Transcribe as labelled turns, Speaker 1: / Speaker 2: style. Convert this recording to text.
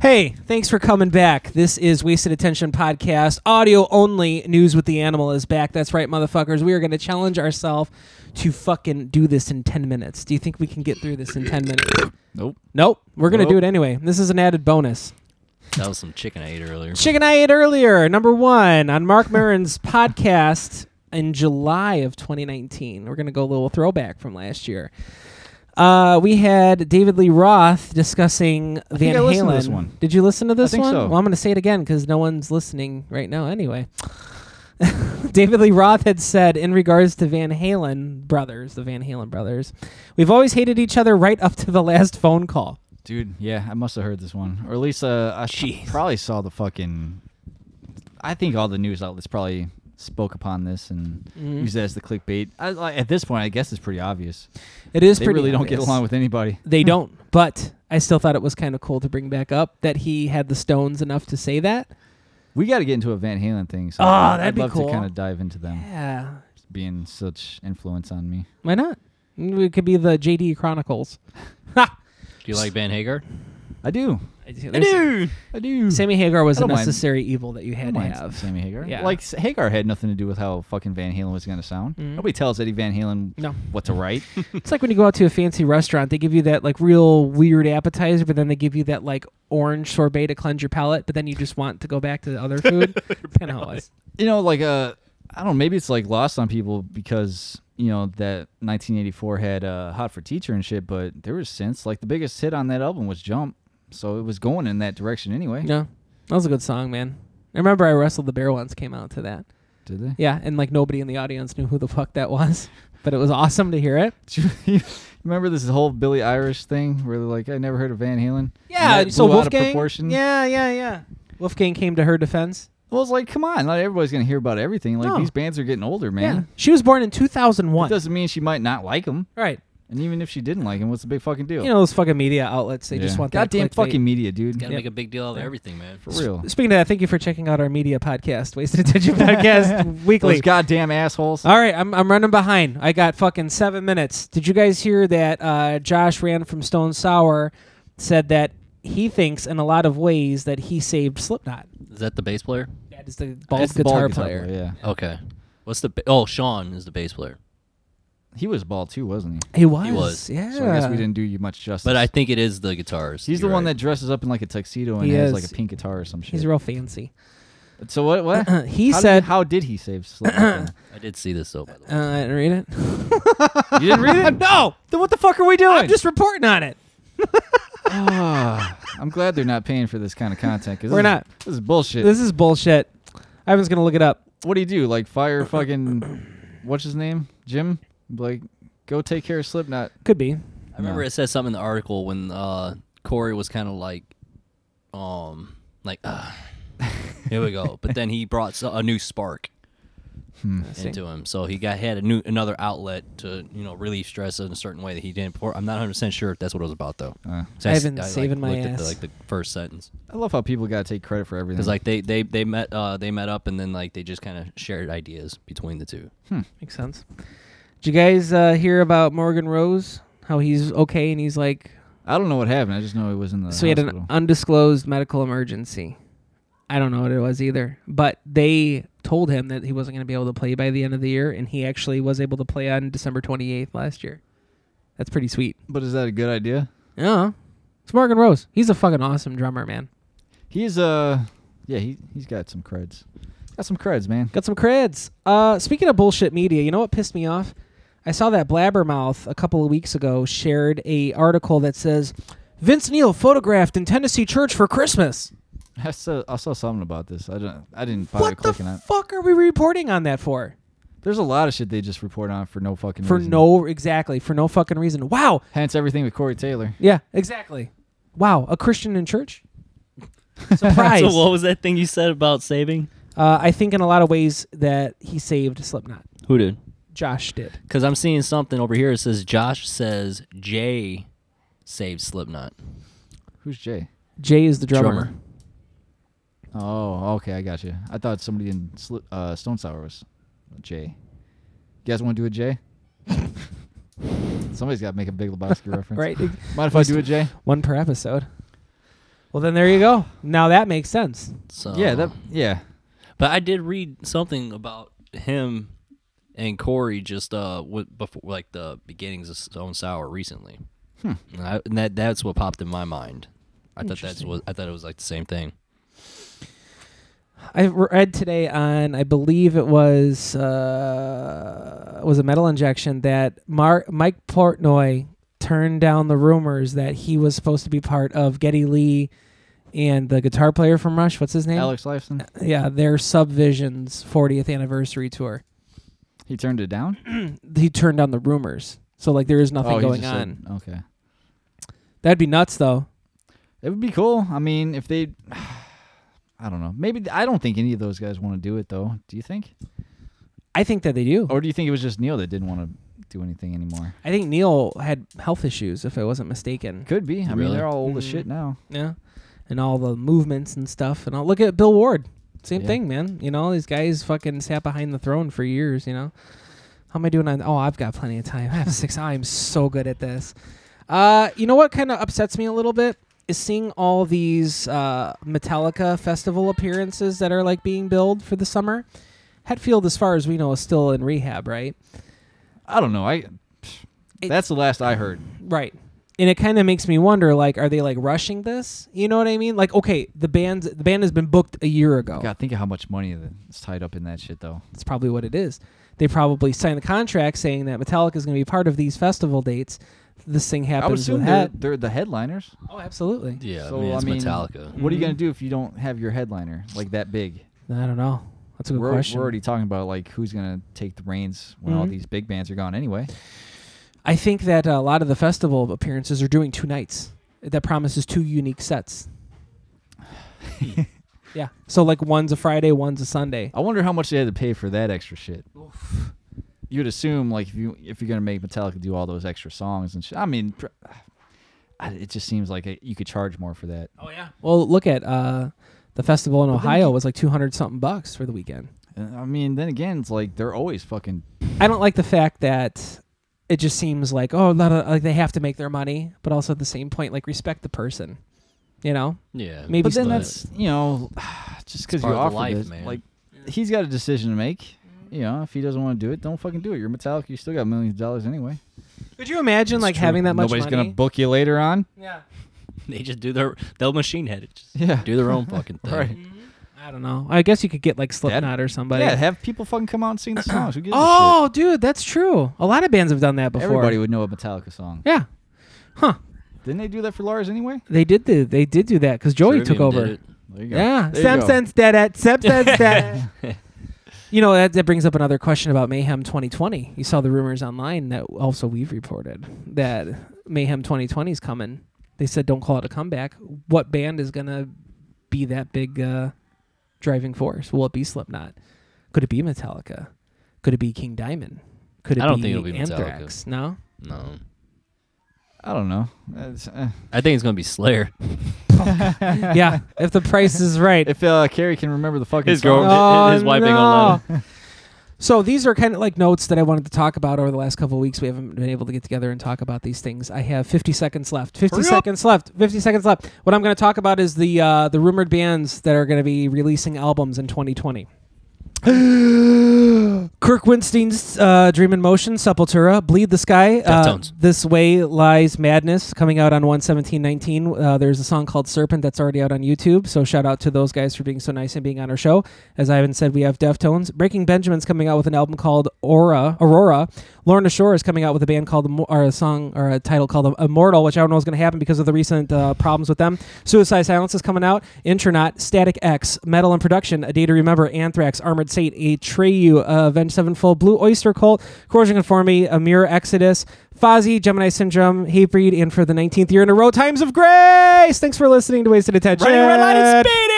Speaker 1: Hey, thanks for coming back. This is Wasted Attention Podcast, audio only. News with the Animal is back. That's right, motherfuckers. We are going to challenge ourselves to fucking do this in 10 minutes. Do you think we can get through this in 10 minutes?
Speaker 2: Nope.
Speaker 1: Nope. We're going to do
Speaker 2: Nope.
Speaker 1: it anyway. This is an added bonus.
Speaker 2: That was some chicken I ate earlier.
Speaker 1: Chicken I ate earlier, number one on Mark Marin's podcast in July of 2019. We're going to go a little throwback from last year. Uh, we had David Lee Roth discussing Van
Speaker 3: think I listened
Speaker 1: Halen.
Speaker 3: to this one.
Speaker 1: Did you listen to this
Speaker 3: think
Speaker 1: one?
Speaker 3: so.
Speaker 1: Well, I'm going to say it again because no one's listening right now anyway. David Lee Roth had said in regards to Van Halen brothers, the Van Halen brothers, we've always hated each other right up to the last phone call.
Speaker 3: Dude, yeah, I must have heard this one, or at least uh, I sh-
Speaker 2: Jeez.
Speaker 3: probably saw the fucking. I think all the news outlets probably spoke upon this and
Speaker 1: Mm-hmm.
Speaker 3: used it as the clickbait. I, like, at this point, I guess it's pretty obvious.
Speaker 1: It is
Speaker 3: they
Speaker 1: pretty
Speaker 3: really don't get
Speaker 1: obvious.
Speaker 3: along with anybody.
Speaker 1: They don't. But I still thought it was kind of cool to bring back up that he had the stones enough to say that.
Speaker 3: We got to get into a Van Halen thing. So
Speaker 1: Oh,
Speaker 3: I'd-
Speaker 1: that'd
Speaker 3: I'd
Speaker 1: be
Speaker 3: love
Speaker 1: cool.
Speaker 3: to kind of dive into them
Speaker 1: Yeah.
Speaker 3: being such influence on me.
Speaker 1: Why not? It could be the JD Chronicles. Ha!
Speaker 2: Do you like Van Hagar?
Speaker 3: I do.
Speaker 1: There's-
Speaker 3: I do.
Speaker 1: Sammy Hagar was
Speaker 3: I
Speaker 1: a
Speaker 3: don't mind.
Speaker 1: necessary evil that you
Speaker 3: I
Speaker 1: had
Speaker 3: don't
Speaker 1: to
Speaker 3: mind
Speaker 1: have.
Speaker 3: Sammy Hagar.
Speaker 1: Yeah.
Speaker 3: Like S- Hagar had nothing to do with how fucking Van Halen was going to sound.
Speaker 1: Mhm.
Speaker 3: Nobody tells Eddie Van Halen
Speaker 1: No.
Speaker 3: what to write.
Speaker 1: It's like when you go out to a fancy restaurant, they give you that like real weird appetizer, but then they give you that like orange sorbet to cleanse your palate, but then you just want to go back to the other food. It's kind of how it was.
Speaker 3: you know, like uh, I don't know, maybe it's like lost on people because you know that 1984 had uh, "Hot for Teacher" and shit, but there was since like the biggest hit on that album was "Jump," so it was going in that direction anyway.
Speaker 1: No. That was a good song, man. I remember I wrestled the bear once came out to that.
Speaker 3: Did they?
Speaker 1: Yeah, and like nobody in the audience knew who the fuck that was, but it was awesome to hear it.
Speaker 3: Do you remember this whole Billy Irish thing where they're like I never heard of Van Halen? And
Speaker 1: Yeah,
Speaker 3: that
Speaker 1: so
Speaker 3: blew out of
Speaker 1: Wolfgang.
Speaker 3: proportion?
Speaker 1: Yeah, yeah, yeah. Wolfgang came to her defense.
Speaker 3: Well, it's like, come on, not everybody's gonna hear about everything. Like
Speaker 1: No.
Speaker 3: these bands are getting older,
Speaker 1: Yeah,
Speaker 3: man.
Speaker 1: she was born in
Speaker 3: It
Speaker 1: 2001.
Speaker 3: doesn't mean she might not like them,
Speaker 1: right.
Speaker 3: and even if she didn't like them, what's the big fucking deal?
Speaker 1: You know those fucking media outlets. They
Speaker 3: Yeah.
Speaker 1: just want that
Speaker 3: goddamn
Speaker 1: clickbait.
Speaker 3: fucking media, dude.
Speaker 2: Gotta
Speaker 1: Yep.
Speaker 2: make a big deal out of everything, man.
Speaker 3: For real,
Speaker 1: Speaking of that, thank you for checking out our media podcast, Wasted Attention Podcast Weekly.
Speaker 3: those goddamn assholes.
Speaker 1: All right, I'm, I'm running behind. I got fucking seven minutes. Did you guys hear that uh, Josh Rand from Stone Sour said that he thinks in a lot of ways that he saved Slipknot?
Speaker 2: Is that the bass player?
Speaker 1: That is the bald
Speaker 3: That's the
Speaker 1: guitar,
Speaker 3: bald
Speaker 1: player.
Speaker 3: Yeah.
Speaker 2: Okay. What's the ba- oh Sean is the bass player,
Speaker 3: He was bald too, wasn't he?
Speaker 1: He was.
Speaker 2: was.
Speaker 1: Yeah.
Speaker 3: So I guess we didn't do you much justice.
Speaker 2: but I think it is the guitarist.
Speaker 3: he's the
Speaker 2: You're
Speaker 3: one
Speaker 2: right.
Speaker 3: that dresses up in like a tuxedo and
Speaker 1: He is.
Speaker 3: has like a pink guitar or some shit.
Speaker 1: He's real fancy. Uh,
Speaker 3: so what? What?
Speaker 1: he
Speaker 3: how
Speaker 1: said.
Speaker 3: Did, how did he save? Slipknot then?
Speaker 2: I did see this though. By the way.
Speaker 1: uh, I didn't read it.
Speaker 3: you didn't read it?
Speaker 1: no,
Speaker 3: Then what the fuck are we doing?
Speaker 1: I'm just reporting on it.
Speaker 3: Ah, I'm glad they're not paying for this kind of content. 'cause
Speaker 1: We're
Speaker 3: this is-
Speaker 1: not.
Speaker 3: this is bullshit.
Speaker 1: This is bullshit. Ivan's gonna look it up.
Speaker 3: what do you do? Like fire fucking what's his name? Jim? Like go take care of Slipknot.
Speaker 1: Could be.
Speaker 2: I remember it said something in the article when uh, Corey was kind of like, um, like, ah, here we go. But then he brought so- a new spark into him, so he got had a new another outlet to you know relieve stress in a certain way that he didn't. Pour. I'm not 100 percent sure if that's what it was about though.
Speaker 3: Uh,
Speaker 2: So s-
Speaker 1: Ivan's saving my
Speaker 2: looked At the,
Speaker 1: ass.
Speaker 2: like the first sentence,
Speaker 3: I love how people gotta take credit for everything.
Speaker 2: because like they they they met uh, they met up and then like they just kind of shared ideas between the two.
Speaker 1: Makes sense. Did you guys uh, hear about Morgan Rose? How he's okay and he's like.
Speaker 3: I don't know what happened. I just know it was in the
Speaker 1: so he had an
Speaker 3: hospital.
Speaker 1: undisclosed medical emergency. I don't know what it was either, but they told him that he wasn't going to be able to play by the end of the year, and he actually was able to play on December 28th last year. That's pretty sweet.
Speaker 3: but is that a good idea?
Speaker 1: Yeah. It's Morgan Rose. He's a fucking awesome drummer, man.
Speaker 3: He's uh yeah, he he's got some creds. Got some creds, man.
Speaker 1: Got some creds. Uh, speaking of bullshit media, you know what pissed me off? I saw that Blabbermouth a couple of weeks ago shared a article that says Vince Neil photographed in Tennessee church for Christmas.
Speaker 3: I saw I saw something about this. I don't I didn't bother
Speaker 1: What the
Speaker 3: clicking on it.
Speaker 1: fuck are we reporting on that for?
Speaker 3: There's a lot of shit they just report on for no fucking
Speaker 1: For
Speaker 3: reason.
Speaker 1: no exactly, for no fucking reason. Wow.
Speaker 3: hence everything with Corey Taylor.
Speaker 1: Yeah, exactly. Wow, a Christian in church? Surprise.
Speaker 2: was that thing you said about saving?
Speaker 1: uh, I think in a lot of ways that he saved Slipknot.
Speaker 2: Who did?
Speaker 1: Josh did.
Speaker 2: Because I'm seeing something over here. It says Josh says Jay saved Slipknot.
Speaker 3: Who's Jay?
Speaker 1: Jay is the drummer.
Speaker 2: Drummer.
Speaker 3: Oh, okay, I got you. I thought somebody in Sli- uh, Stone Sour was Jay. You guys want to do a Jay? Somebody's got to make a Big Lebowski reference.
Speaker 1: Right?
Speaker 3: Mind if I do a Jay?
Speaker 1: One per episode. Well, then there you go. Now that makes sense.
Speaker 2: So
Speaker 3: yeah,
Speaker 1: Oh.
Speaker 3: that yeah.
Speaker 2: But I did read something about him and Corey just uh w- before like the beginnings of Stone Sour recently. And, I, and that that's what popped in my mind. I thought that's
Speaker 1: Interesting.
Speaker 2: what I thought it was like the same thing.
Speaker 1: I read today on, I believe it was uh, was a metal injection that Mark Mike Portnoy turned down the rumors that he was supposed to be part of Getty Lee and the guitar player from Rush. What's his name?
Speaker 3: Alex Lifeson.
Speaker 1: Yeah, their Subvisions 40th anniversary tour.
Speaker 3: He turned it down.
Speaker 1: He turned down the rumors, so like there is nothing
Speaker 3: Oh, he
Speaker 1: going
Speaker 3: just
Speaker 1: on.
Speaker 3: said- okay.
Speaker 1: That'd be nuts, though.
Speaker 3: It would be cool. I mean, if they, I don't know. Maybe I don't think any of those guys want to do it though. Do you think?
Speaker 1: I think that they do.
Speaker 3: Or do you think it was just Neil that didn't want to do anything anymore?
Speaker 1: I think Neil had health issues, if I wasn't mistaken.
Speaker 3: Could be. I mean,
Speaker 2: Really?
Speaker 3: they're all old as
Speaker 1: Mm.
Speaker 3: shit now.
Speaker 1: Yeah. And all the movements and stuff. And I'll look at Bill Ward. Same
Speaker 3: Yeah.
Speaker 1: thing, man. You know, these guys fucking sat behind the throne for years, you know. How am I doing on oh I've got plenty of time. I have six I'm so good at this. Uh you know what kinda upsets me a little bit? Is seeing all these uh Metallica festival appearances that are like being billed for the summer. Hetfield, as far as we know, is still in rehab, right?
Speaker 3: I don't know. I.
Speaker 1: It-
Speaker 3: that's the last I heard.
Speaker 1: Right. And it kind of makes me wonder, like, are they like rushing this? You know what I mean? Like, okay, the band's the band has been booked a year ago.
Speaker 3: God, think of how much money that's tied up in that shit though.
Speaker 1: That's probably what it is. They probably signed the contract saying that Metallica is going to be part of these festival dates. This thing
Speaker 3: I would
Speaker 1: happens
Speaker 3: assume
Speaker 1: with
Speaker 3: they're,
Speaker 1: that.
Speaker 3: they're the headliners.
Speaker 1: Oh, absolutely.
Speaker 2: Yeah,
Speaker 3: So,
Speaker 2: I mean,
Speaker 3: I
Speaker 2: it's
Speaker 3: mean,
Speaker 2: Metallica.
Speaker 3: What are you
Speaker 1: Mhm.
Speaker 3: gonna do if you don't have your headliner like that big?
Speaker 1: I don't know. That's a good
Speaker 3: We're, we're
Speaker 1: question.
Speaker 3: already talking about like who's gonna take the reins when all
Speaker 1: Mhm.
Speaker 3: these big bands are gone anyway.
Speaker 1: I think that uh, a lot of the festival appearances are doing two nights. That promises two unique sets. yeah. So like one's a Friday, one's a Sunday.
Speaker 3: I wonder how much they had to pay for that extra shit. You'd assume like if you if you're gonna make Metallica do all those extra songs and shit. I mean, pr- I- it just seems like uh, you could charge more for that.
Speaker 1: Oh yeah. Well, look at uh, the festival in
Speaker 3: then
Speaker 1: Ohio
Speaker 3: you-
Speaker 1: was like two hundred something bucks for the weekend.
Speaker 3: And, I mean, then again, it's like they're always fucking.
Speaker 1: I don't like the fact that it just seems like oh, a lot of, like they have to make their money, but also at the same point, like respect the person. You know,
Speaker 2: Yeah,
Speaker 1: Maybe
Speaker 3: But then
Speaker 1: still-
Speaker 3: that's you know, just because you
Speaker 2: part of the
Speaker 3: offer
Speaker 2: life,
Speaker 3: this,
Speaker 2: man.
Speaker 3: like he's got a decision to make.
Speaker 1: Mm-hmm.
Speaker 3: You know, if he doesn't want to do it, don't fucking do it. You're Metallica. You still got millions of dollars anyway.
Speaker 1: could you imagine like having that much
Speaker 3: Nobody's
Speaker 1: money?
Speaker 3: gonna book you later on.
Speaker 1: yeah,
Speaker 2: they just do their they'll machine head it. Just
Speaker 3: Yeah.
Speaker 2: do their own fucking thing.
Speaker 3: Right.
Speaker 1: I don't know. I guess you could get like Slipknot or somebody.
Speaker 3: yeah, have people fucking come out and sing the songs. Who gives a
Speaker 1: oh, dude, that's true. A lot of bands have done that
Speaker 3: shit?
Speaker 1: before.
Speaker 3: Everybody would know a Metallica song.
Speaker 1: Yeah, huh?
Speaker 3: Didn't they do that for Lars anyway?
Speaker 1: They did do. They did do that because Joey
Speaker 2: Trivium
Speaker 1: took
Speaker 2: did
Speaker 1: over.
Speaker 2: it.
Speaker 3: There you go.
Speaker 1: Yeah,
Speaker 3: There you
Speaker 1: Sam
Speaker 3: go.
Speaker 1: sense that at Sam sense that. You know that, that brings up another question about Mayhem 2020. You saw the rumors online that also we've reported that Mayhem 2020 is coming. They said don't call it a comeback. What band is gonna be that big uh, driving force? Will it be Slipknot? Could it be Metallica? Could it be King Diamond? Could it
Speaker 2: I don't
Speaker 1: be
Speaker 2: think it'll be Metallica.
Speaker 1: Anthrax? No.
Speaker 2: No,
Speaker 3: I don't know. That's, uh,
Speaker 2: I think it's gonna be Slayer.
Speaker 1: yeah, if the price is right.
Speaker 3: if uh, Carrie can remember the fucking
Speaker 2: His
Speaker 3: song.
Speaker 2: girl- Oh, his wife ain't gonna
Speaker 1: So these are kind of like notes that I wanted to talk about over the last couple of weeks. We haven't been able to get together and talk about these things. I have 50 seconds left. 50
Speaker 2: Hurry up.
Speaker 1: seconds left. 50 seconds left. What I'm going to talk about is the uh, the rumored bands that are going to be releasing albums in 2020. Kirk Winstein's uh, Dream in Motion, Sepultura, Bleed the Sky, uh,
Speaker 2: Deftones.
Speaker 1: This Way Lies Madness, coming out on 11719. Uh, there's a song called Serpent that's already out on YouTube, so shout out to those guys for being so nice and being on our show. As Ivan said, we have Deftones. Breaking Benjamin's coming out with an album called Aura, Aurora. Lorna Shore is coming out with a band called, Immo- or a song, or a title called Immortal, which I don't know is going to happen because of the recent uh, problems with them. Suicide Silence is coming out. Intronaut, Static X, Metal in Production, A Day to Remember, Anthrax, Armored State, Atreyu, uh, Avenged Sevenfold, Blue Oyster Cult, Corrosion Conformity, A Mirror Exodus, Fozzy, Gemini Syndrome, Hatebreed, and for the 19th year in a row, Times of Grace! Thanks for listening to Wasted Attention.
Speaker 2: Running red light and speeding.